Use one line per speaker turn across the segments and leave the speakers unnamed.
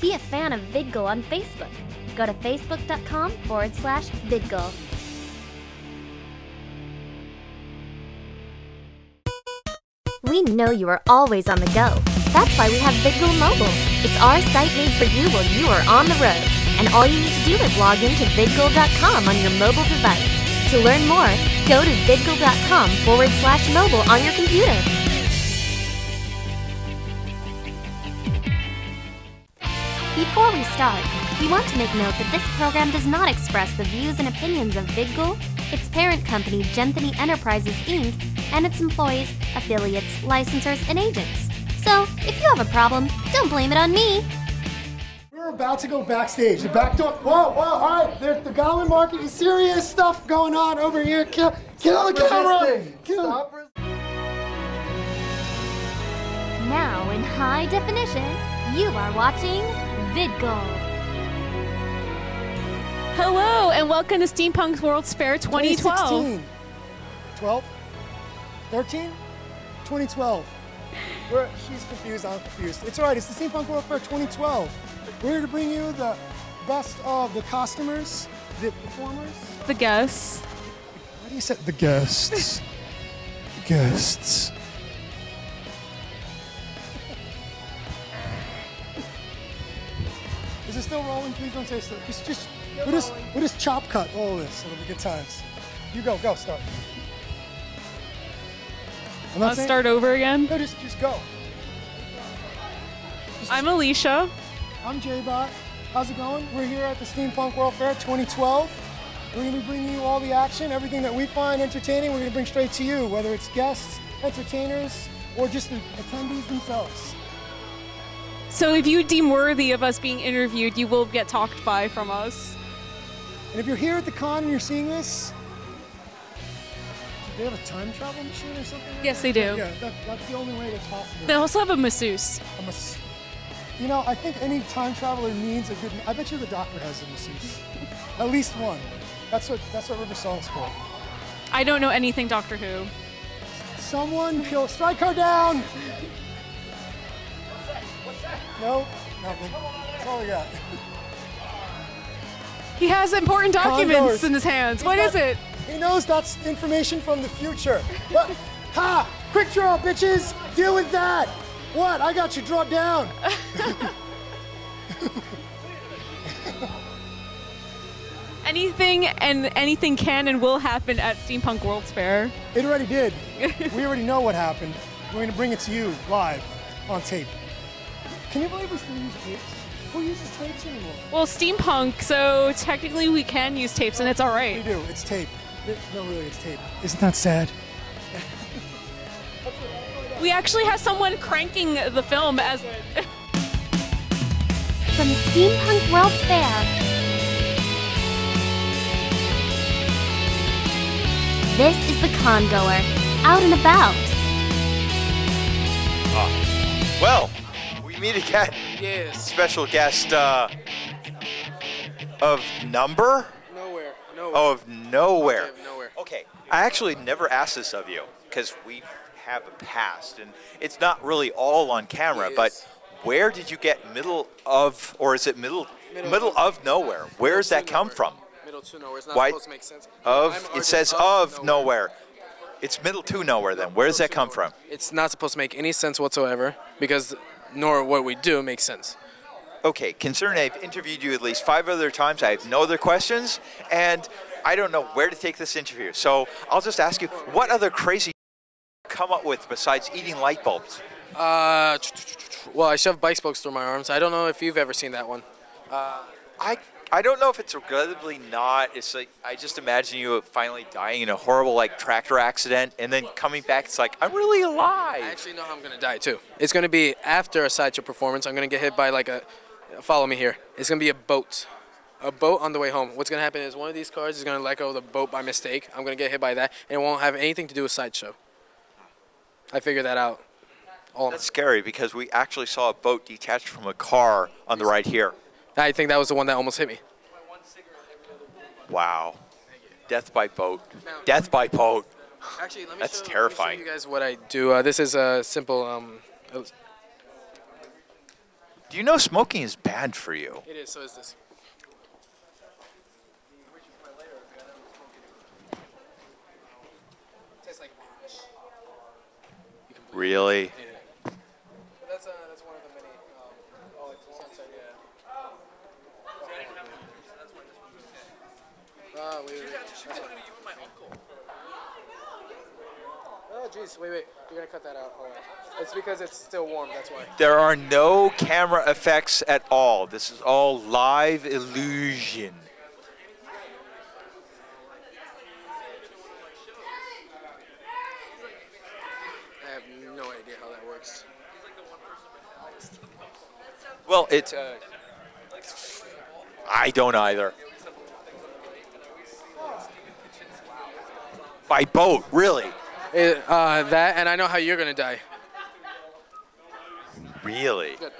Be a fan of VidGoal on Facebook. Go to facebook.com forward slash VidGoal. We know you are always on the go. That's why we have VidGoal Mobile. It's our site made for you while you are on the road. And all you need to do is log in to vidGoal.com on your mobile device. To learn more, go to vidGoal.com forward slash mobile on your computer. Before we start, we want to make note that this program does not express the views and opinions of VidGoal, its parent company Genthany Enterprises Inc., and its employees, affiliates, licensors, and agents. So, if you have a problem, don't blame it on me.
We're about to go backstage. The back door. Whoa, whoa, all right. There's the Goblin Market is serious stuff going on over here. Kill, get on the camera. Get on-
Now, in high definition, you are watching VidGoal.
Hello and welcome to Steampunk World's Fair 2012.
2016. 12? 13? 2012. We're, she's confused. I'm confused. It's all right. It's the Steampunk World Fair 2012. We're here to bring you the best of the costumers, the performers.
The guests.
How do you say the guests? the guests. Is it still rolling? Please don't say so. Just, just we'll just, we'll just chop cut all this. It'll be good times. You go, go, start. I'm not
Let's
saying-
start over again.
No, just, just go.
I'm Alicia.
I'm J-Bot. How's it going? We're here at the Steampunk World Fair 2012. We're going to be bringing you all the action, everything that we find entertaining, we're going to bring straight to you, whether it's guests, entertainers, or just the attendees themselves.
So if you deem worthy of us being interviewed, you will get talked by from us.
And if you're here at the con and you're seeing this, do they have a time travel machine or something? like
Yes,
that?
they do.
Yeah, that, that's the only way that's possible.
They also have a masseuse.
A mas- you know, I think any time traveler needs a good. I bet you the doctor has a masseuse, at least one. That's what that's what River Song's for.
I don't know anything Doctor Who.
Someone kill, strike her down! No, nothing. That's all we got.
He has important documents
Condors.
in his hands. What is it?
He knows that's information from the future. What? Ha! Quick draw, bitches! Deal with that! What? I got you, draw down!
Anything and anything can and will happen at Steampunk World's Fair.
It already did. we already know what happened. We're gonna bring it to you live on tape. Can you believe we still use tapes? Who uses tapes anymore?
Well, steampunk, so technically we can use tapes and it's all
We
right.
do. It's tape. It- no, really, it's tape. Isn't that sad?
We actually have someone cranking the film as
From the Steampunk World's Fair. This is the congoer, out and about.
Well, we meet again.
Yes.
Special guest uh, of number?
Nowhere. Nowhere.
Oh, of nowhere.
Of nowhere.
Okay. I actually never asked this of you because we have a past, and it's not really all on camera.
Yes.
But where did you get middle of, or is it middle middle,
Middle
of, nowhere? Where does
Middle
that
to
come
nowhere.
from?
Middle to nowhere. It's not
Why-
supposed to make sense. I'm
Of
artist
it says of nowhere. It's middle to nowhere. Then where does that come from?
It's not supposed to make any sense whatsoever because nor what we do makes sense.
Okay, considering I've interviewed you at least five other times, I have no other questions, and I don't know where to take this interview. So I'll just ask you, what other crazy come up with besides eating light bulbs?
Uh, well, I shove bike spokes through my arms. I don't know if you've ever seen that one.
Uh, I I don't know if it's regrettably not. It's like I just imagine you finally dying in a horrible like tractor accident, and then coming back. It's like I'm really
I
alive.
actually know how I'm gonna die too. It's gonna be after a sideshow performance. I'm gonna get hit by like a. Follow me here. It's gonna be a boat. A boat on the way home. What's gonna happen is one of these cars is gonna let go of the boat by mistake. I'm gonna get hit by that, and it won't have anything to do with sideshow. I figured that out. All
Oh, That's scary because we actually saw a boat detached from a car on the right here.
I think that was the one that almost hit me.
Wow, death by boat. Death by boat.
Actually, let me
That's
show, let me show
terrifying.
you guys what I do. Uh, this is a simple. Um,
Do you know smoking is bad for you?
It is. So is this. Tastes like ash.
Really?
But that's, uh, that's one of the many. Um, oh, it's sunset, yeah. Ah, wait, wait, wait. Oh, jeez, wait, wait. You're gonna cut that out. Hold on. It's because it's still warm, that's why.
There are no camera effects at all. This is all live illusion.
I have no idea how that works.
Well, it's. Uh, I don't either. By boat, really?
It, uh, that, and I know how you're gonna die.
Really?
Good.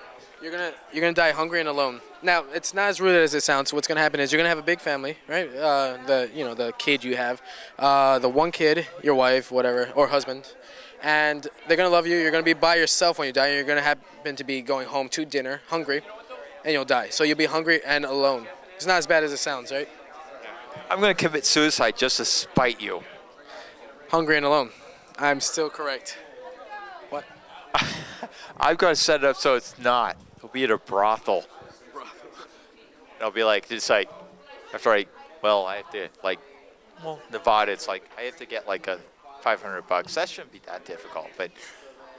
You're gonna you're gonna die hungry and alone. Now it's not as rude as it sounds. What's gonna happen is you're gonna have a big family, right? Uh, the you know the kid you have, uh, the one kid, your wife, whatever, or husband, and they're gonna love you. You're gonna be by yourself when you die. You're gonna happen to be going home to dinner hungry, and you'll die. So you'll be hungry and alone. It's not as bad as it sounds, right?
I'm going to commit suicide just to spite you.
Hungry and alone. I'm still correct. What?
I've got to set it up so it's not. It'll be at a brothel. I'll be like, it's like, after I, well, I have to, like, well, Nevada, it's like, I have to get like a 500 bucks. That shouldn't be that difficult, but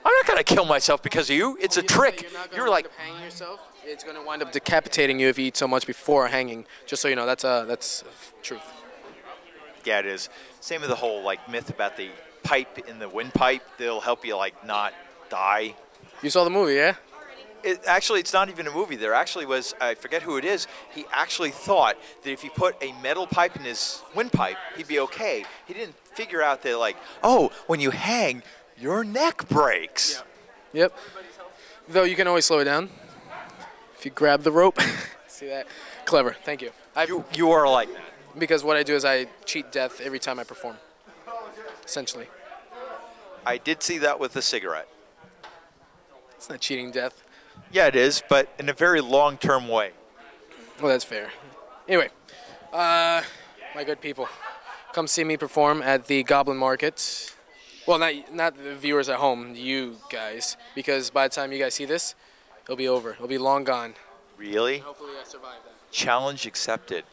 I'm not going to kill myself because of you. It's a trick. You're, like,
hanging yourself. It's gonna wind up decapitating you if you eat so much before hanging. Just so you know, that's uh, that's truth.
yeah, it is. Same with the whole, like, myth about the pipe in the windpipe. They'll help you, like, not die.
You saw the movie, yeah?
it, actually, it's not even a movie. There actually was, I forget who it is, he actually thought that if he put a metal pipe in his windpipe, he'd be okay. He didn't figure out that, like, oh, when you hang, your neck breaks.
Yep. Though you can always slow it down if you grab the rope. See that? Clever. Thank you. I,
You, you are like,
because what I do is I cheat death every time I perform. Essentially,
I did see that with a cigarette.
it's not cheating death.
oh, Yeah, it is, but in a very long term way.
Well, that's fair. Anyway, uh, my good people, come see me perform at the Goblin Market. Well, not not the viewers at home, you guys, because by the time you guys see this, it'll be over. It'll be long gone.
Really?
Hopefully, I survived that.
Challenge accepted.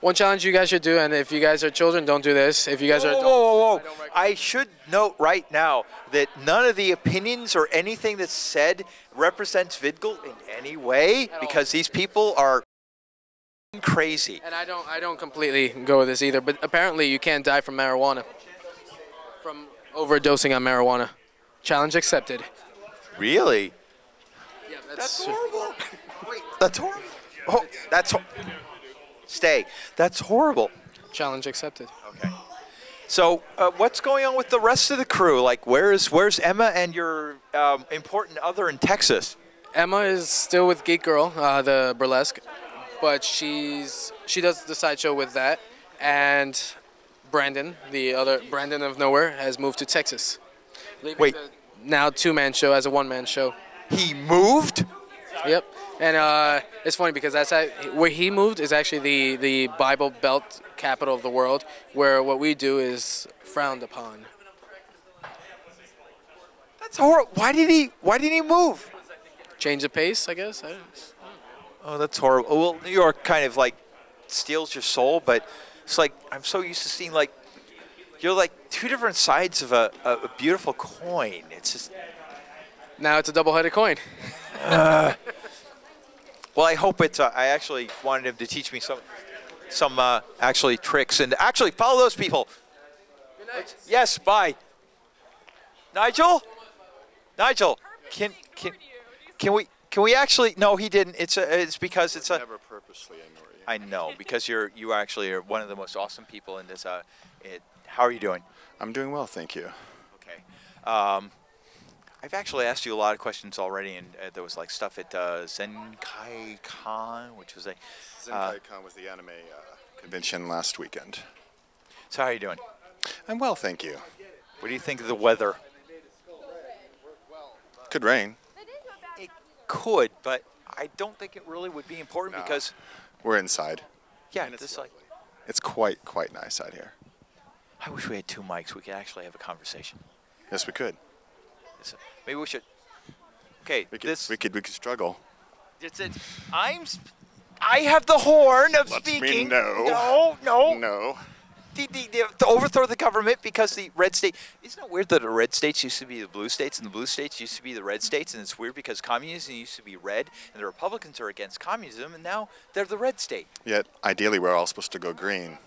One challenge you guys should do, and if you guys are children, don't do this. If you guys are
Whoa,
adults,
whoa, whoa,
I don't
whoa.
recommend-
I should note right now that none of the opinions or anything that's said represents Vidgal in any way
all.
because these people are crazy.
And I don't, I don't completely go with this either. But apparently, you can't die from marijuana, from overdosing on marijuana. Challenge accepted.
Really?
Yeah,
That's horrible. Wait, that's horrible. Oh, that's hor- Stay. That's horrible.
challenge accepted.
Okay. So, uh, what's going on with the rest of the crew? Like, where's where's Emma and your um, important other in Texas?
Emma is still with Geek Girl, uh, the burlesque, but she's she does the sideshow with that, and Brandon, the other Brandon of nowhere, has moved to Texas. Leaving
Wait.
the now two-man show as a one-man show.
He moved.
Yep. And uh, it's funny because that's act- where he moved is actually the, the Bible Belt capital of the world, where what we do is frowned upon.
That's horrible. Why did he? Why did he move?
Change of pace, I guess. I don't-
Oh, that's horrible. Well, New York kind of like steals your soul, but it's like I'm so used to seeing like you're like two different sides of a, a, a beautiful coin. It's just
Now it's a double-headed coin.
well, I hope it's. Uh, I actually wanted him to teach me some some uh, actually tricks and actually follow those people. Yes, bye. Nigel, Nigel, can can can we can we actually? No, he didn't. It's a, it's because it's a.
Never purposely annoy you.
I know because you're you actually are one of the most awesome people in this. Uh, it, how are you doing?
I'm doing well, thank you.
Okay. Um, I've actually asked you a lot of questions already, and uh, there was like stuff at uh, Zenkai Con, which was a. Uh,
ZenkaiCon was the anime uh, convention last weekend.
so how are you doing?
I'm well, thank you.
What do you think of the weather?
Could rain.
It could, but I don't think it really would be important
No.
because
We're inside.
yeah,
it's
this like
It's quite, quite nice out here.
I wish we had two mics. We could actually have a conversation.
Yes, we could.
It's- Maybe we should. Okay,
We could,
this
we could, we could struggle.
it's it. I'm. Sp- I have the horn of
Let me
speaking.
know.
No, no,
No.
The, the, the, to overthrow the government because the red state. Isn't it weird that the red states used to be the blue states and the blue states used to be the red states? And it's weird because communism used to be red and the Republicans are against communism and now they're the red state.
Yet, ideally, we're all supposed to go green.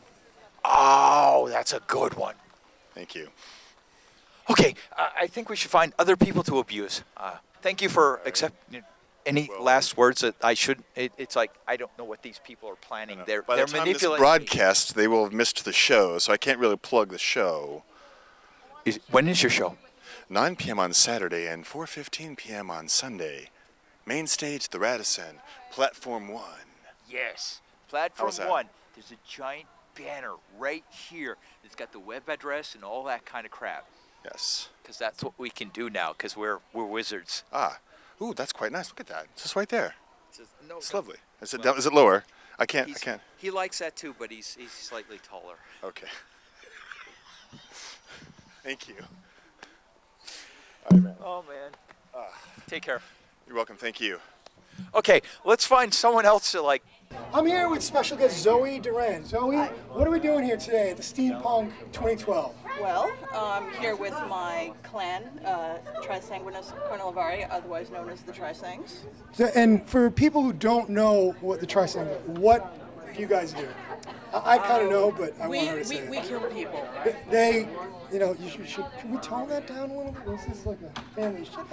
Oh, that's a good one.
Thank you.
Okay, uh, I think we should find other people to abuse. Uh, thank you for accepting. Any
Well-
last words that I should? It, it's like I don't know what these people are planning. They're
By
they're
the time this
manipulating.
broadcast, they will have missed the show, so I can't really plug the show.
Is- when is your show?
9 p.m. on Saturday and 4:15 p.m. on Sunday. Main stage, the Radisson, platform one.
Yes. Platform
How's that?
one. There's a giant banner right here. It's got the web address and all that kind of crap.
Yes.
Because that's what we can do now. Because we're we're wizards.
Ah. Ooh, that's quite nice. Look at that. It's just right there.
It's, just- no,
It's
no,
lovely. Is it, down- is it lower? I can't. I
he's-
can't.
He likes that too, but he's he's slightly taller.
Okay. Thank you. All right, man. Ah.
Oh man. Take care.
You're welcome. Thank you.
Okay, let's find someone else to like
I'm here with special guest Zoe Duran. Zoe, what are we doing here today at the Steampunk 2012?
Well, I'm here with my clan, uh, Trisanguinus Cornelivari, otherwise known as the Trisangs.
So, and for people who don't know what the Tri-Sign is, what do you guys do? I, I kind of know, but I want
We,
her to say
we,
it.
we kill people.
They, you know, you should, should can we tone that down a little bit? This is like a family show.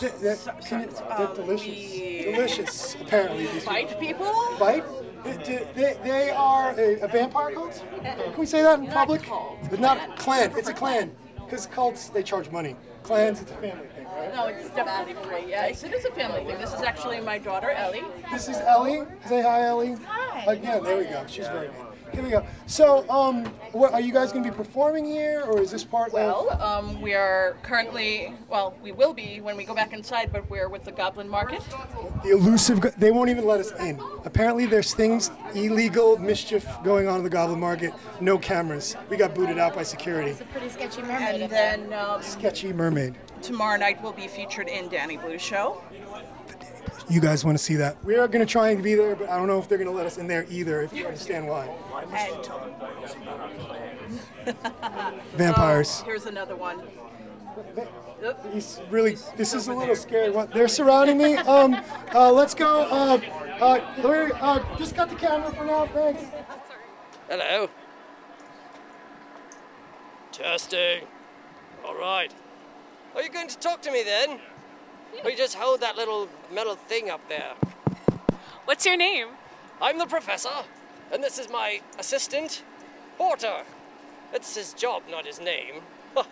Th- that- can you- they're delicious. Delicious, apparently. these people.
Fight people?
Bite? They, they- they, they are a, a vampire cult? Can we say that in public?
cult.
But not a clan. It's a clan. Because cults, they charge money. Clans, it's a family thing, right?
No, it's definitely free. Yeah, it's, it is a family thing. This is actually my daughter, Ellie.
This is Ellie. Say hi, Ellie. Hi. Again, there we go. She's very good. Here we go. So, um, what, are you guys going to be performing here, or is this part
Well,
of?
um, we are currently, well, we will be when we go back inside, but we're with the Goblin Market.
The elusive. go- They won't even let us in. Apparently, there's things illegal mischief going on in the Goblin Market. No cameras. We got booted out by security.
Pretty sketchy mermaid.
And then um,
Sketchy mermaid.
tomorrow night we'll be featured in Danny Blue's show.
You guys want to see that? We are going to try and be there, but I don't know if they're going to let us in there either. If you understand why.
And
Vampires.
Oh, here's another one. Oop.
He's really. This is a little scary. What they're surrounding me. Um, uh, let's go. Uh, uh, Larry, uh, just got the camera for now. Thanks.
Hello. Testing. All right. Are you going to talk to me then? Or you just hold that little metal thing up there?
What's your name?
I'm the professor, and this is my assistant, Porter. It's his job, not his name.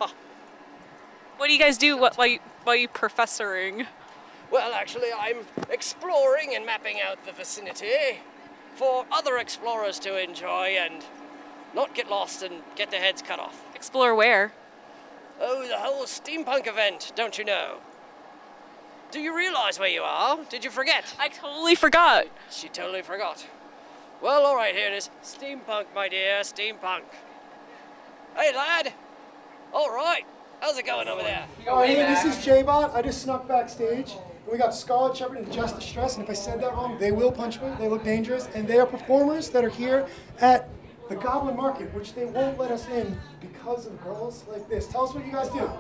What do you guys do what, while, you, while you professoring?
well, actually, I'm exploring and mapping out the vicinity for other explorers to enjoy and not get lost and get their heads cut off.
Explore where?
Oh, the whole steampunk event, don't you know? Do you realize where you are? Did you forget?
I totally forgot.
She totally forgot. Well, all right, here it is. Steampunk, my dear, steampunk. Hey, lad. All right. How's it going over there?
Oh, hey, this is J-Bot. I just snuck backstage. We got Scarlett Shepherd and Justice Stress, and if I said that wrong, they will punch me. They look dangerous, and they are performers that are here at the Goblin Market, which they won't let us in because of girls like this. Tell us what you guys do.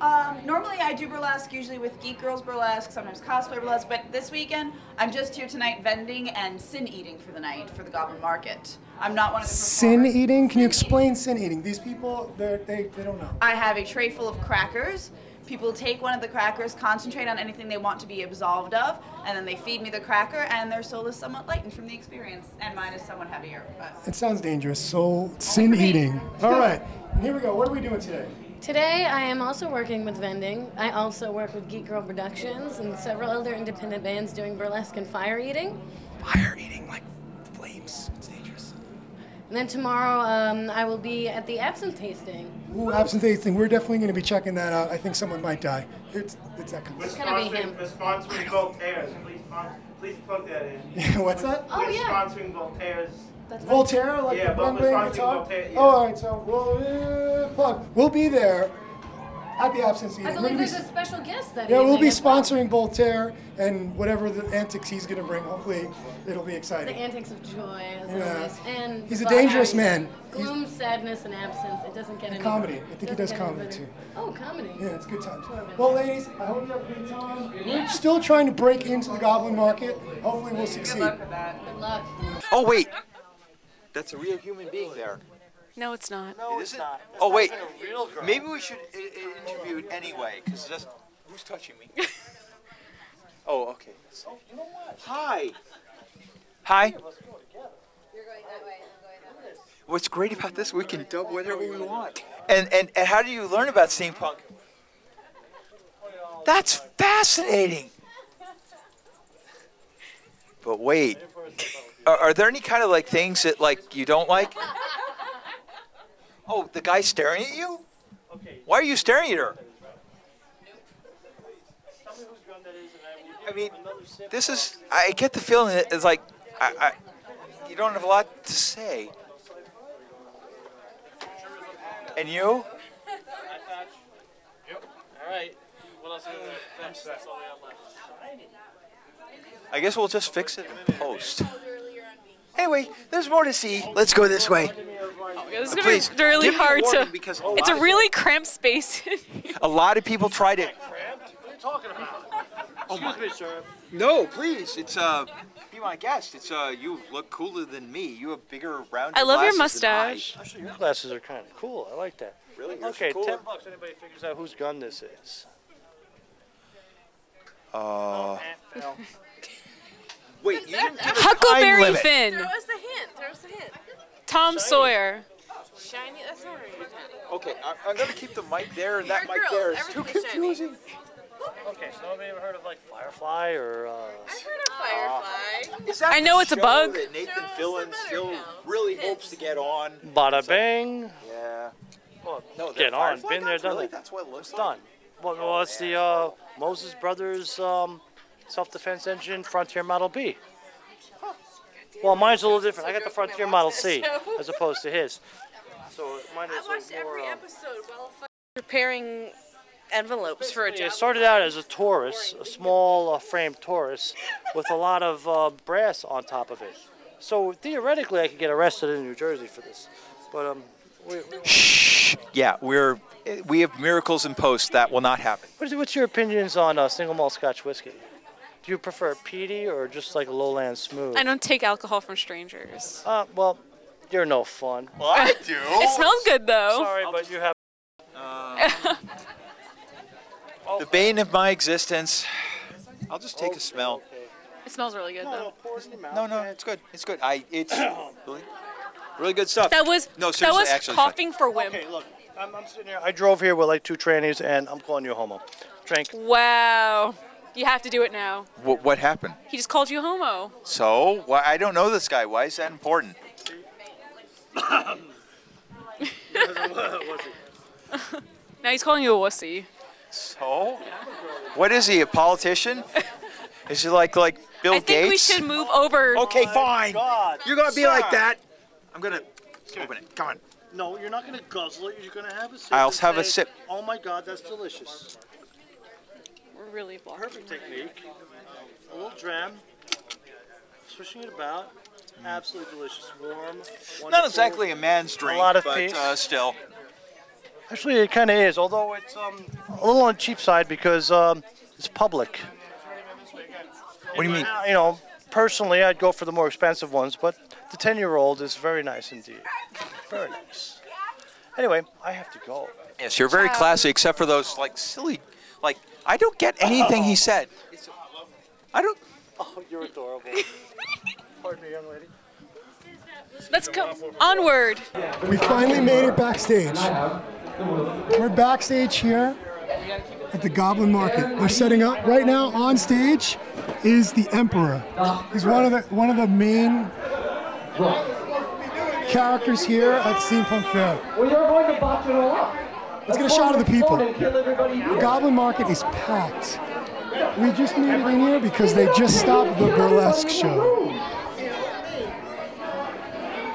Um, normally I do burlesque, usually with Geek Girls Burlesque, sometimes cosplay burlesque, but this weekend I'm just here tonight vending and sin eating for the night for the Goblin Market. I'm not one of the
Sin
performers.
eating? Can you
Sin eating.
explain sin eating? These people, they're, they they don't know.
I have a tray full of crackers. People take one of the crackers, concentrate on anything they want to be absolved of, and then they feed me the cracker, and their soul is somewhat lightened from the experience, and mine is somewhat heavier. But
It sounds dangerous. So sin eating. All right. And here we go. What are we doing today?
Today, I am also working with vending. I also work with Geek Girl Productions and several other independent bands doing burlesque and fire eating.
Fire eating like flames. It's dangerous.
And then tomorrow um, I will be at the absinthe tasting.
Ooh, absentee thing. We're definitely going to be checking that out. I think someone might die. It's, it's that kind of
It's gonna be him.
We're sponsoring Voltaire's. Please, spon- please plug that in.
What's that?
Oh,
We're sponsoring Voltaire's.
Voltaire, like
yeah,
the
but
one
we're
playing
sponsoring
guitar.
Voltaire.
Oh, all right. So we'll uh, plug. We'll be there at the absence
I
eating. We're
believe
gonna
there's
be-
a special guest that
yeah, we'll
evening
be
as well.
sponsoring Voltaire and whatever the antics he's going to bring. Hopefully, it'll be
The
exciting.
antics of joy, as
Yeah.
always. And
He's a
Bob
dangerous
Harris.
man.
Gloom, sadness, and absence. It doesn't get
And
any
comedy. I think he
doesn't
does
get
comedy,
any
too.
better. Oh, comedy.
Yeah, it's good times.
Whatever.
Well, ladies, I hope you have a good time. We're still trying to break into the goblin market. Hopefully, we'll succeed.
Good luck.
Oh wait, that's a real human being there.
No, it's not.
No, it's not. Oh wait, maybe we should i- i- interview it anyway, because just who's touching me? oh, okay. Hi. Hi. What's great about this? We can dub whatever we want. And and, and how do you learn about steampunk? That's fascinating. But wait, are, are there any kind of like things that like you don't like? Oh, the guy staring at you? Why are you staring at her? I mean, this is. I get the feeling that it's like, I, I, you don't have a lot to say. And you?
All right. What else is there? That's, that's all we have left.
I guess we'll just fix it in post. Anyway, there's more to see. Let's go this way.
Yeah, Oh, This is
Uh,
gonna be
please,
really
give me a
hard to.
warning because oh, a
it's a
lot of-
really cramped space.
A lot of people tried it.
What are you talking about? Excuse me, sir.
No, please. It's uh, be my guest. It's uh, you look cooler than me. You have bigger round.
I love your mustache.
Actually, your glasses are kind of cool. I like that.
Really? Yours are
Okay,
cooler.
ten bucks. Anybody figures out whose gun this is?
Uh, wait, you didn't give a time
Huckleberry
limit.
Finn,
was the hint. There was the hint.
Tom Sawyer.
Shiny. That's not really
Okay, I, I'm gonna keep the mic there and that
Your
mic there.
girls,
It's too
everything's shiny.
confusing.
Okay, so nobody ever heard of like Firefly or? Uh,
Is that
I know
the
it's a
show
bug.
That Nathan Fillion still really hopes to get on.
Uh, Bada bang.
Yeah.
Well,
no,
get on.
Firefly
Been there,
guns,
done
really?
that.
That's what it looks
It's done. Well, well it's the uh, Moses Brothers um, self-defense engine Frontier Model B. Well, mine's a little different. I got the Frontier Model C as opposed to his. So mine is
I watched every episode while f- preparing envelopes for a
It
job.
started out as a Taurus, a small uh, framed Taurus, with a lot of uh, brass on top of it. So theoretically, I could get arrested in New Jersey for this. But um, we,
Yeah, we're we have miracles in post that will not happen.
What is, what's your opinions on uh, single malt Scotch whiskey? Do you prefer peaty or just like lowland smooth?
I don't take alcohol from strangers.
Uh, well, you're no fun.
Well, I
do. It smells good, though.
Sorry, but you have. Oh.
The bane of my existence. I'll just take a smell.
It smells really good, though.
No, no, it's good. It's good. I it's really, really good stuff.
That was
no
that
seriously
was
actually. it's good.
coughing for women.
I'm, I'm sitting here. I drove here with like two trannies, and I'm calling you a homo. Drink.
Wow, you have to do it now.
What what happened?
He just called you homo.
So why I don't know this guy. Why is that important?
Now he's calling you a wussy.
So what is he? A politician? Is he like like Bill
I think we
Gates?
should move over.
Okay, fine. You're gonna be like that. I'm gonna open it. Come on.
No, you're not gonna guzzle it. You're gonna have a sip.
I'll
and
have a
say,
sip.
Oh my God, that's delicious.
We're really blocking.
Perfect technique. A little dram. Swishing it about. Absolutely delicious. Warm.
Not
wonderful.
exactly a man's drink,
lot of
but
peace.
Uh, still.
Actually, it kind of is, although it's um, a little on the cheap side because um, it's public.
What do you mean?
You know, personally, I'd go for the more expensive ones, but the 10 year old is very nice indeed. Very nice. Anyway, I have to go.
Yes, you're very classy, except for those like silly, like I don't get anything he said. I don't.
Oh, you're adorable. Pardon me, young lady.
Let's go onward.
We finally made it backstage. We're backstage here at the Goblin Market. They're setting up right now. On stage is the Emperor. He's one of the one of the main characters here at Steampunk Fair.
Well, you're going to botch it all up.
Let's get a shot of the people.
And kill everybody
The Goblin Market is packed. We just made it in here because they just stopped the burlesque show.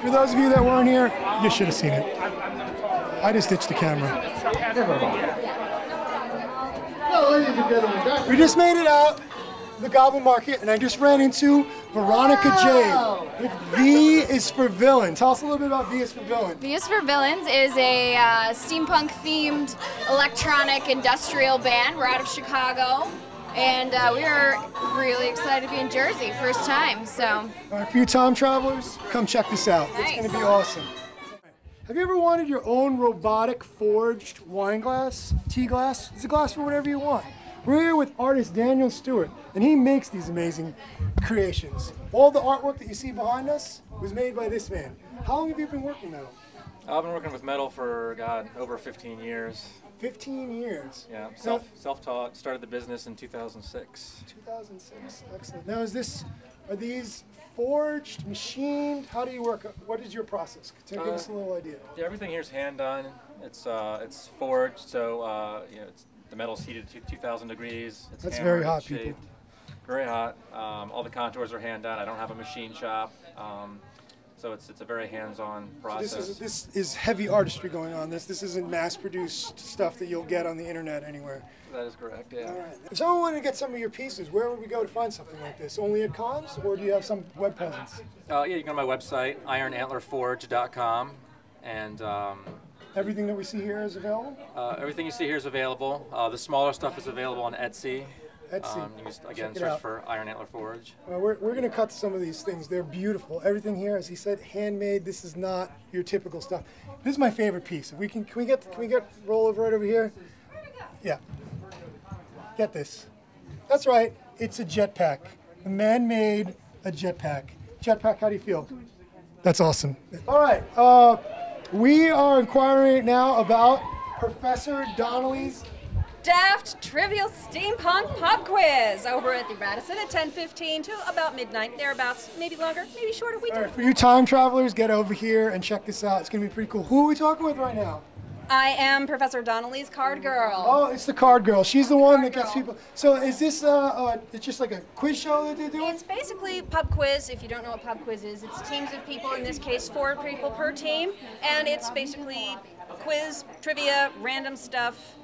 For those of you that weren't here, you should have seen it. I just ditched the camera.
Never mind. No, ladies and gentlemen, that-
We just made it out the Goblin Market, and I just ran into Veronica Jade. with V is for villain. Tell us a little bit about V is for villain.
Views for Villains is a uh, steampunk themed electronic industrial band. We're out of Chicago, and uh, we are really excited to be in Jersey, first time. So,
All right, for you time travelers, come check this out. It's going to be awesome. Have you ever wanted your own robotic forged wine glass, tea glass? It's a glass for whatever you want. We're here with artist Daniel Stewart, and he makes these amazing creations. All the artwork that you see behind us was made by this man. How long have you been working now?
I've been working with metal for God over 15 years.
15 years.
Yeah, self self-taught. Started the business in 2006.
2006. Excellent. Now, is this, are these forged, machined? How do you work? What is your process? To give
Uh,
us a little idea.
Yeah, everything here's hand done. It's uh, it's forged, so uh, you know it's, the metal's heated to 2,000 degrees. It's
That's very
hammered,
hot,
it's shaped. Very hot. Um, all the contours are hand done. I don't have a machine shop, um, so it's it's a very hands-on
So
process.
This is this is heavy artistry going on. This this isn't mass-produced stuff that you'll get on the internet anywhere.
that is correct. Yeah.
All right. If someone wanted to get some of your pieces, where would we go to find something like this? Only at cons, or do you have some web presence?
Uh, yeah, you can go to my website, ironantlerforge.com, and um,
Everything that we see here is available.
Uh, everything you see here is available. Uh, the smaller stuff is available on Etsy.
Etsy.
Um, you can, just, again,
Check it
search
out.
for Iron Antler Forge.
Uh, we're we're gonna cut some of these things. They're beautiful. Everything here, as he said, handmade. This is not your typical stuff. This is my favorite piece. If we can can we get can we get roll over right over here? Yeah. Get this. That's right. It's a jetpack. A man-made a jetpack. Jetpack. How do you feel? That's awesome. All right. Uh, we are inquiring right now about Professor Donnelly's.
Daft Trivial Steampunk Pop Quiz over at the Radisson at 10:15 till about midnight, thereabouts, maybe longer, maybe shorter. We
For you time travelers, get over here and check this out. It's gonna be pretty cool. Who are we talking with right now?
I am Professor Donnelly's card girl.
Oh, it's the card girl. She's the one that gets people. So is this uh, uh it's just like a quiz show that they're doing?
It's basically pub quiz. If you don't know what pub quiz is, it's teams of people. In this case, four people per team, and it's basically quiz, trivia, random stuff,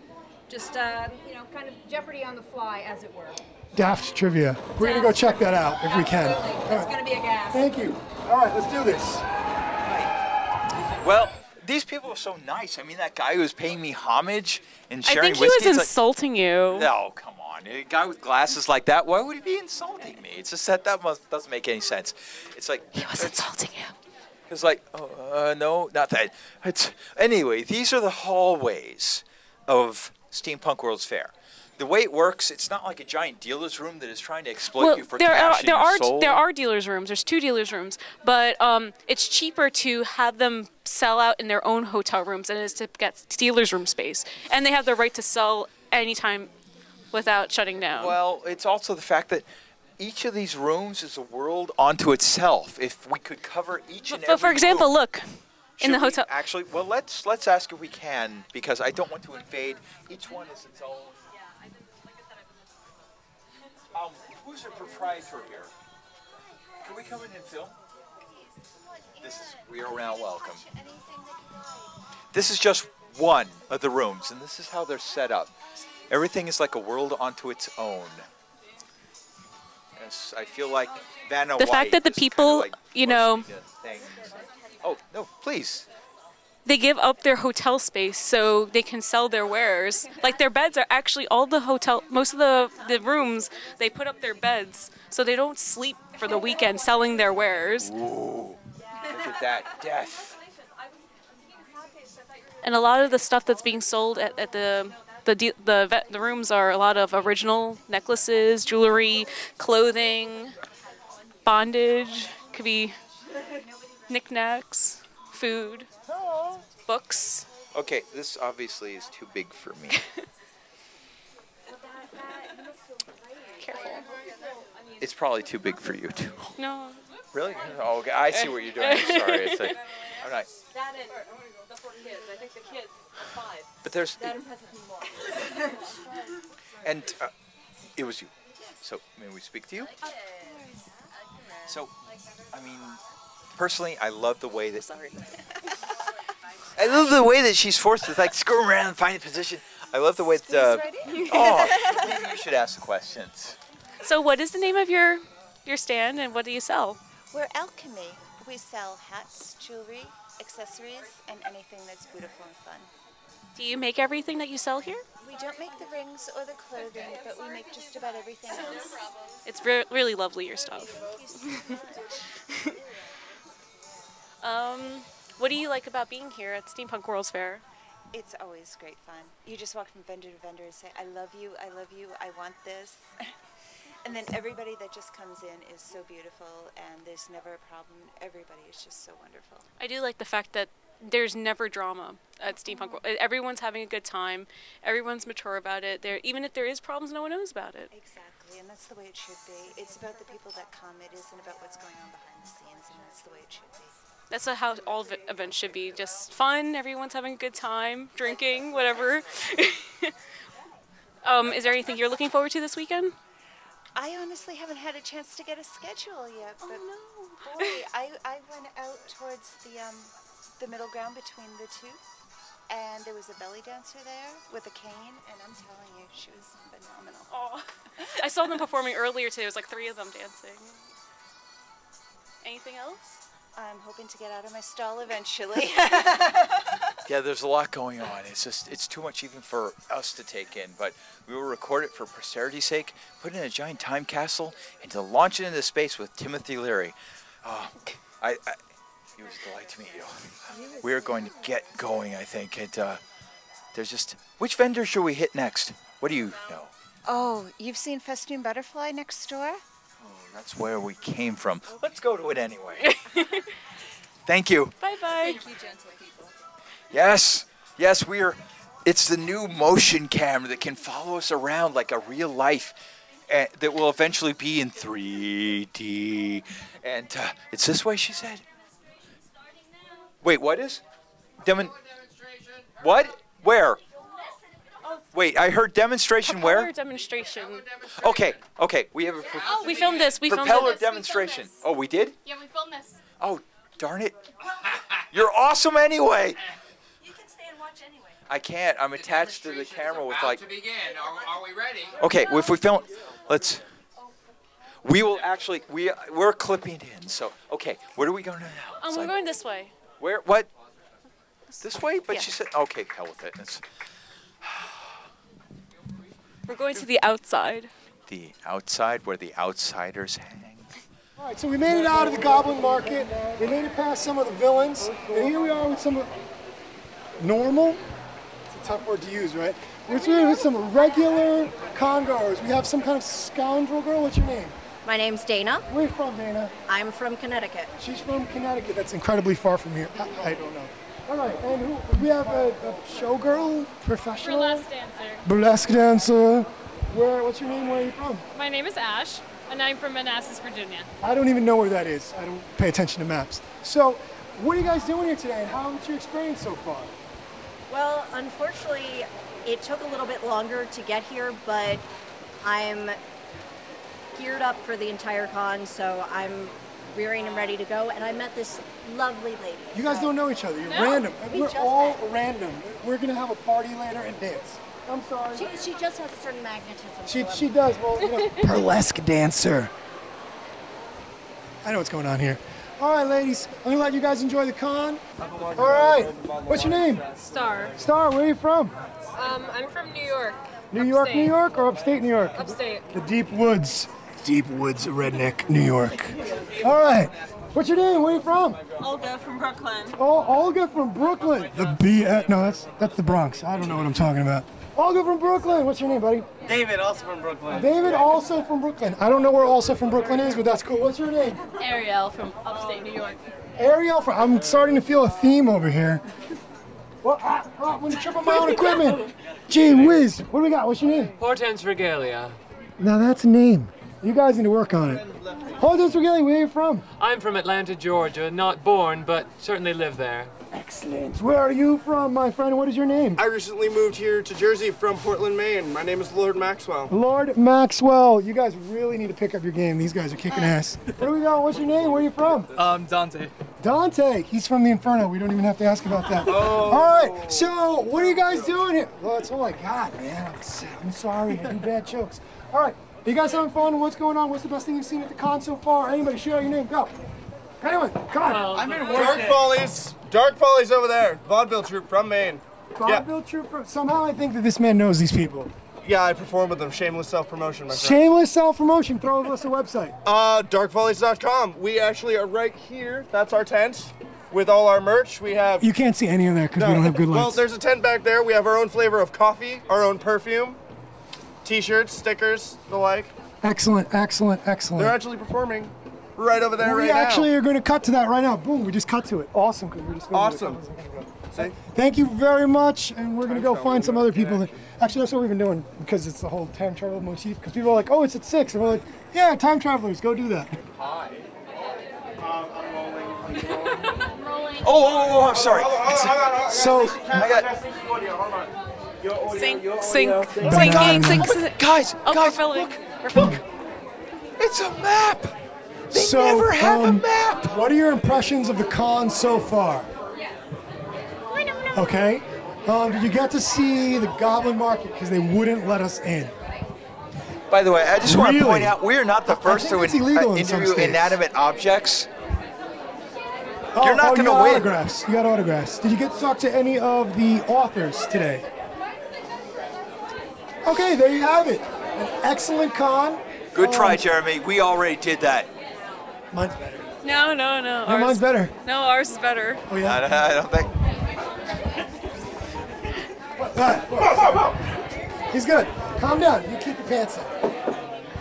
just uh, you know, kind of Jeopardy on the fly, as it were.
Daft trivia. We're gonna go check that out if we can.
It's going to be a gas.
Thank you. All right, let's do this.
Well, these people are so nice. I mean, that guy who was paying me homage and
I
sharing
think he
whiskey.
was
it's like-
insulting you.
No, come on. A guy with glasses like that, why would he be insulting me? It's just that that must, doesn't make any sense. It's like he was insulting you. It's like, oh, uh, no, not that. It's anyway. These are the hallways of Steampunk World's Fair. The way it works, it's not like a giant dealer's room that is trying to exploit
Well,
you for
there
cash
are
and
there
your
are
soul.
there are dealers rooms. There's two dealers rooms, but um, it's cheaper to have them sell out in their own hotel rooms than it is to get dealers room space, and they have the right to sell anytime without shutting down.
Well, it's also the fact that each of these rooms is a world onto itself. If we could cover each and
but for
every
example,
room.
look in
Should
the
we
hotel.
Actually, well, let's let's ask if we can because I don't want to invade. Each one is its own. Um, who's the proprietor here? Can we come in and film? This is we are now welcome. This is just one of the rooms, and this is how they're set up. Everything is like a world onto its own. Yes, I feel like Vanna
The
White
fact that the
is kinda
people,
like
you know,
the thing. Oh no, please.
they give up their hotel space so they can sell their wares. Like their beds are actually all the hotel, most of the, the rooms, they put up their beds so they don't sleep for the weekend selling their wares.
Ooh, look at that death.
And a lot of the stuff that's being sold at, at the the, de- the vet, the rooms are a lot of original necklaces, jewelry, clothing, bondage, could be knickknacks, food, books.
Okay, this obviously is too big for me.
Careful.
it's probably too big for you too.
No.
Really? Oh, okay. I see what you're doing. I'm sorry. It's like, I'm not.
That and the four kids. I think the kids are five.
But there's-
that impresses me more.
And uh, it was you. So may we speak to you? So, I mean, personally, I love the way that. Sorry. I love the way that she's forced to like screw around and find a position. I love the way that. Uh, oh, maybe you should ask the questions.
So, what is the name of your your stand, and what do you sell?
We're alchemy. We sell hats, jewelry, accessories, and anything that's beautiful and fun.
Do you make everything that you sell here?
We don't make the rings or the clothing, but we make just about everything else.
It's re- really lovely your stuff. um, what do you like about being here at Steampunk World's Fair?
It's always great fun. You just walk from vendor to vendor and say, I love you, I love you, I want this. and then everybody that just comes in is so beautiful, and there's never a problem. Everybody is just so wonderful.
I do like the fact that there's never drama at Steampunk World. E, Everyone's having a good time. Everyone's mature about it. There, even if there is problems, no one knows about it.
Exactly, and that's the way it should be. It's about the people that come, it isn't about what's going on behind the scenes, and that's the way it should be.
That's how all v- events should be. Just fun. Everyone's having a good time, drinking, whatever. um, is there anything you're looking forward to this weekend?
I honestly haven't had a chance to get a schedule yet.
Oh,
But Boy, I, I went out towards the um, the middle ground between the two, and there was a belly dancer there with a cane, and I'm telling you, she was phenomenal.
Oh. I saw them performing earlier today. It was like three of them dancing. Anything else?
I'm hoping to get out of my stall eventually.
Yeah, there's a lot going on. It's just it's too much even for us to take in. But we will record it for posterity's sake, put it in a giant time capsule, and to launch it into space with Timothy Leary. Oh, I, I it was a delight to meet you. We are going to get going, I think. And uh, there's just which vendor should we hit next? What do you know?
oh, you've seen Festoon Butterfly next door?
That's where we came from. Let's go to it anyway. Thank you.
Bye bye.
Thank you, gentle people.
Yes, yes, we are. It's the new motion camera that can follow us around like a real life, uh, that will eventually be in 3D. And uh, it's this way, she said. Wait, what is? Demon. What? Where? Wait, I heard demonstration
Propeller
where?
demonstration.
Okay, okay, we have a pro-
Oh, we filmed this. We filmed
propeller
this.
demonstration. Oh, we did?
Yeah, we filmed this.
Oh, darn it. You're awesome anyway.
You can stay and watch anyway.
I can't. I'm attached to the camera with like.
to begin. Are, are we ready?
Okay, if we film, let's. We will actually. We we're clipping it in. So okay, where are we going now?
Um,
It's
we're
like-
going this way.
Where? What? This way? But
Yeah.
she said, okay, hell with it. It's
We're going to the outside.
the outside where the outsiders hang.
All right, so we made it out of the Goblin Market. We made it past some of the villains, and here we are with some normal. It's a tough word to use, right? We're here with some regular congoers. We have some kind of scoundrel girl. What's your name?
My name's Dana.
Where are you from, Dana?
I'm from Connecticut.
She's from Connecticut. That's incredibly far from here. I, I don't know. All right, and who, we have a, a showgirl, professional, burlesque,
dancer.
dancer. Where? What's your name? Where are you from?
My name is Ash, and I'm from Manassas, Virginia.
I don't even know where that is. I don't pay attention to maps. So, what are you guys doing here today, and how's your experience so far?
Well, unfortunately, it took a little bit longer to get here, but I'm geared up for the entire con, so I'm rearing and ready to go. And I met this lovely lady.
You guys don't know each other. You're
Uh, No.
random.
We
We're
just
all random. We're gonna have a party later and dance. I'm sorry.
She, she just has a certain magnetism.
She,
to her.
she does. Well, you know. burlesque dancer. I know what's going on here. All right, ladies. I'm gonna let you guys enjoy the con. All right. What's your name?
Star.
Star. Where are you from?
Um, I'm from New York.
New York, New York, or upstate New York?
Upstate.
The deep woods. Deep woods, redneck, New York. All right. What's your name? Where are you from?
Olga from Brooklyn.
Oh, Olga from Brooklyn. The B. uh, No, that's that's the Bronx. I don't know what I'm talking about. Olga from Brooklyn. What's your name, buddy?
David, also from Brooklyn.
David, also from Brooklyn. I don't know where also from Brooklyn is, but that's cool. What's your name?
Ariel from upstate New York.
Ariel from. I'm starting to feel a theme over here. Well, ah, ah, I'm gonna trip on my own equipment. Gee whiz. What do we got? What's your name?
Hortense Regalia.
Now that's a name. You guys need to work on it. Hold on, Regalia, where are you from?
I'm from Atlanta, Georgia. Not born, but certainly live there.
Excellent. Where are you from, my friend? What is your name?
I recently moved here to Jersey from Portland, Maine. My name is Lord Maxwell.
Lord Maxwell. You guys really need to pick up your game. These guys are kicking ass. What do we got? What's your name? Where are you from?
Um, Dante.
Dante. He's from the Inferno. We don't even have to ask about that.
Oh.
All right. So, what are you guys doing here? Well, it's all I got, man. I'm, s- I'm sorry. I do bad jokes. All right. You guys having fun? What's going on? What's the best thing you've seen at the con so far? Anybody, shout out your name. Go. Anyone, come on.
I'm in Dark Follies. Dark Follies over there. Vaudeville troupe from Maine. Yeah.
Vaudeville Trooper. Somehow I think that this man knows these people.
Yeah, I perform with them. Shameless self-promotion, my friend.
Shameless self promotion. Throw us a website.
Uh, darkvolleys.com. We actually are right here. That's our tent with all our merch. We have.
You can't see any of that because we don't have good lights.
Well, there's a tent back there. We have our own flavor of coffee, our own perfume, t-shirts, stickers, the like.
excellent, excellent, excellent.
They're actually performing right over there
we
right
actually are going to cut to that right now. Boom, we just cut to it. Awesome. 'cause we're just
now.
filming it.
Awesome. See?
Thank you very much, and we're going to go
travel,
find some other people. That, actually, that's what we've been doing because it's the whole time travel motif. Because people are like, oh, it's at six. And we're like, yeah, time travelers, go do that.
Hi.
Oh, oh, oh, I'm sorry.
So,
I got
Sink, sink,
Done,
sink,
done.
sink, sink, sink.
Guys,
guys, look, look.
It's a map.
They so, never have a map. What are your impressions of the con so far? Okay. Um, did you get to see the Goblin Market because they wouldn't let us in.
By the way, I just want to
Really?
point out we are not the first to
think it's
in-
illegal
uh,
in some
interview
states.
inanimate objects.
Oh,
You're not
oh,
going to
got
win.
autographs. You got autographs. Did you get to talk to any of the authors today? Okay, there you have it. An excellent con.
Good
Um,
try, Jeremy. We already did that.
Mine's better.
No, no, no.
No, mine's better.
No, ours is better.
Oh yeah.
I, I don't think.
He's good. Calm down. You keep your pants up.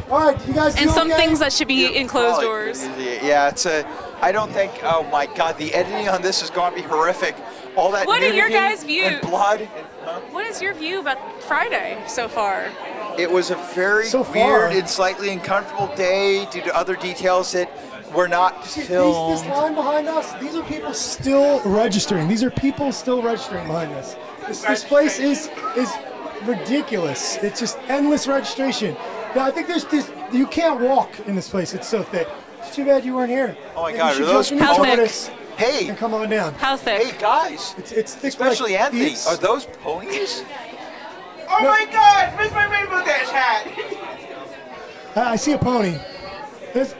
All right, you guys.
And
do
some
okay?
things that should be in closed doors.
Oh, Yeah, it's a. I don't think. Oh my God, the editing on this is going to be horrific. All that.
What are your
nudity
guys'
and
views?
blood.
What is your view about Friday so far?
It was a very
far.
weird and slightly uncomfortable day due to other details that were not
These-
filmed.
This line behind us, these are people still registering. These are people still registering behind us. This, this place is is ridiculous. It's just endless registration. Now I think there's this. You can't walk in this place. It's so thick. It's too bad you weren't here.
Oh my
You
God,
should
are those
jump in and
How
join
thick?
us
Hey.
and come on down.
How thick?
Hey guys.
It's, it's thick. like
Especially Anthony.
thieves.
Are those ponies?
Oh my God! Miss my rainbow dash hat.
I, I see a pony. There's,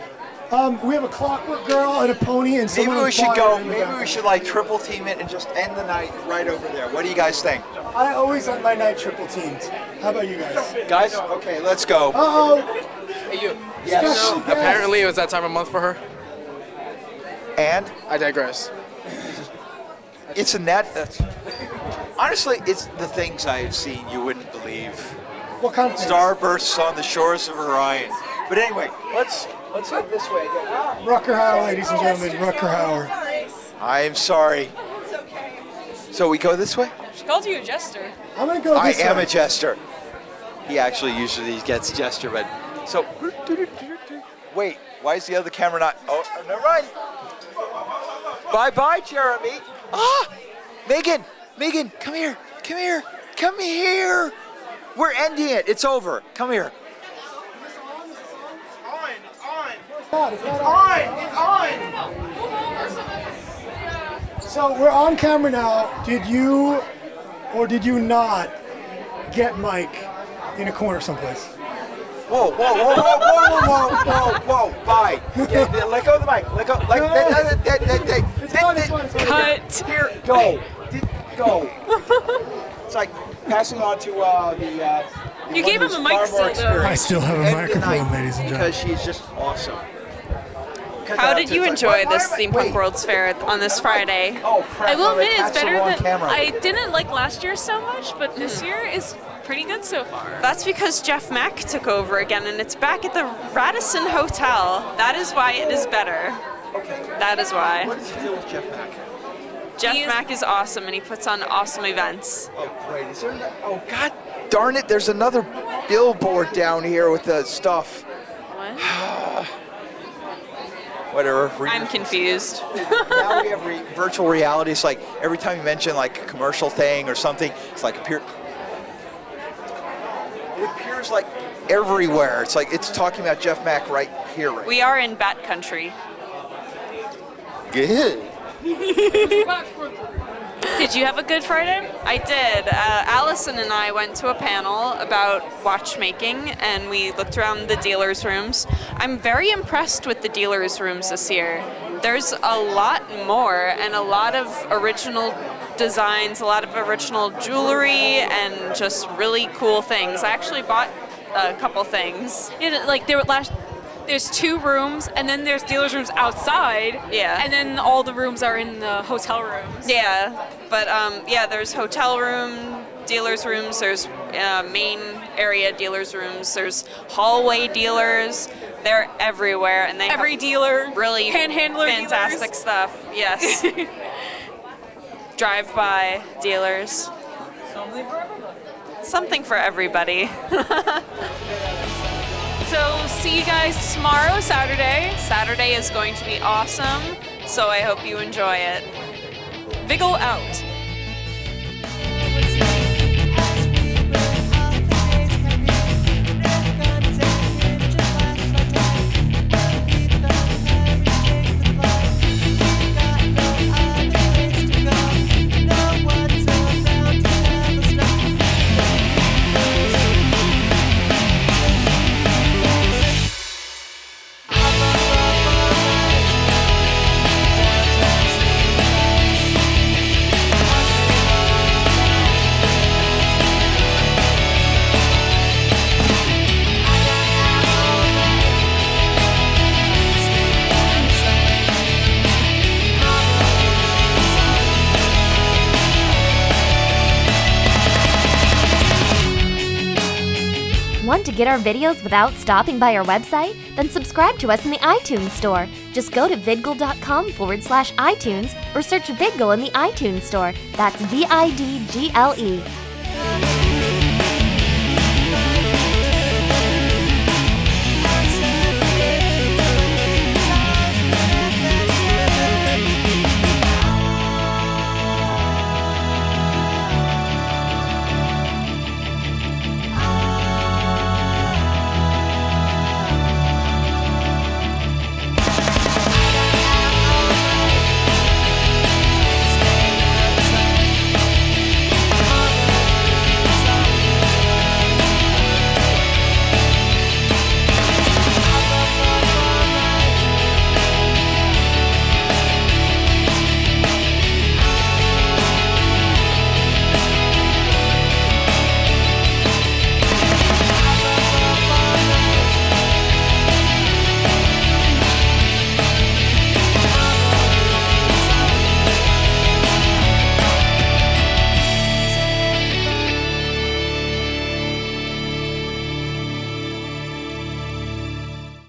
um, we have a clockwork girl and a pony and someone.
Maybe we
on
should
fire
go.
in the
Maybe we
background.
should like triple team it and just end the night right over there. What do you guys think,
I always end my night triple teamed. How about you guys?
guys? Okay, let's go.
Oh, Uh-oh.
Hey, you.
Yes.
So,
Yes.
apparently, it was that time of month for her.
And
I digress.
It's a net. That's, honestly, it's the things I have seen you wouldn't believe.
What kind of things?
starbursts on the shores of Orion? But anyway, let's let's go this way.
Rucker Hauer, ladies and gentlemen. Rucker Hauer.
I'm sorry. So we go this way.
She called you a jester.
I'm gonna go
I
this
am
way.
a jester. He actually usually gets jester, but so. Wait, why is the other camera not? Oh, never mind. Bye bye, Jeremy. Ah, Megan, Megan, come here, come here, come here. We're ending it. It's over. Come here.
God, it's not
on.
It's So we're on camera now. Did you or did you not get Mike in a corner someplace?
Whoa, whoa, whoa, whoa, whoa, whoa, whoa, whoa, whoa, bye. Yeah, yeah, let go of the mic. Let go. Like, that, that, that, that, that, that,
Cut.
Here, go. Did- Go. It's like passing on to uh, the. Uh, the
You gave
one
him
who's
a mic
far more
still, though.
experienced.
I still have a
End the
microphone,
night
ladies and gentlemen.
Because she's just awesome. Cut
How
out
did
to-
you
it's like,
enjoy
why-
this
why am I-
Steampunk
wait.
World's Fair on this Friday?
Oh, crap.
I will
well,
admit it's
that's the
better
wrong
than
camera.
I didn't like last year so much, but this year is pretty good so far.
That's because Jeff Mack took over again, and it's back at the Radisson Hotel. That is why it is better. That is why.
What is the deal with Jeff Mack?
Jeff Mack is awesome, and he puts on awesome events.
Oh, great. Is there no- oh, God darn it. There's another billboard down here with the stuff.
What?
whatever. re-
I'm confused.
now we have re- virtual reality. It's like every time you mention like a commercial thing or something, it's like appear. It appears like everywhere. It's like it's talking about Jeff Mack right here. Right.
We are in bat country.
Good.
Did you have a Good Friday? I did. Uh, Allison and I went to a panel about watchmaking and we looked around the dealers' rooms. I'm very impressed with the dealers' rooms this year. There's a lot more and a lot of original designs, a lot of original jewelry, and just really cool things. I actually bought a couple things.
Yeah, like there were last. There's two rooms, and then there's dealers' rooms outside.
Yeah.
And then all the rooms are in the hotel rooms.
Yeah, but um, yeah, there's hotel room, dealers rooms. There's uh, main area dealers rooms. There's hallway dealers. They're everywhere, and they
Every
have
dealer,
really
panhandler
fantastic
dealers.
stuff. Yes, drive by dealers. Something for everybody.
So see you guys tomorrow, Saturday.
Saturday is going to be awesome, so I hope you enjoy it.
Viggle out.
Want to get our videos without stopping by our website? Then subscribe to us in the iTunes Store. Just go to vidgle.com forward slash iTunes or search Vidgle in the iTunes Store. That's V I D G L E.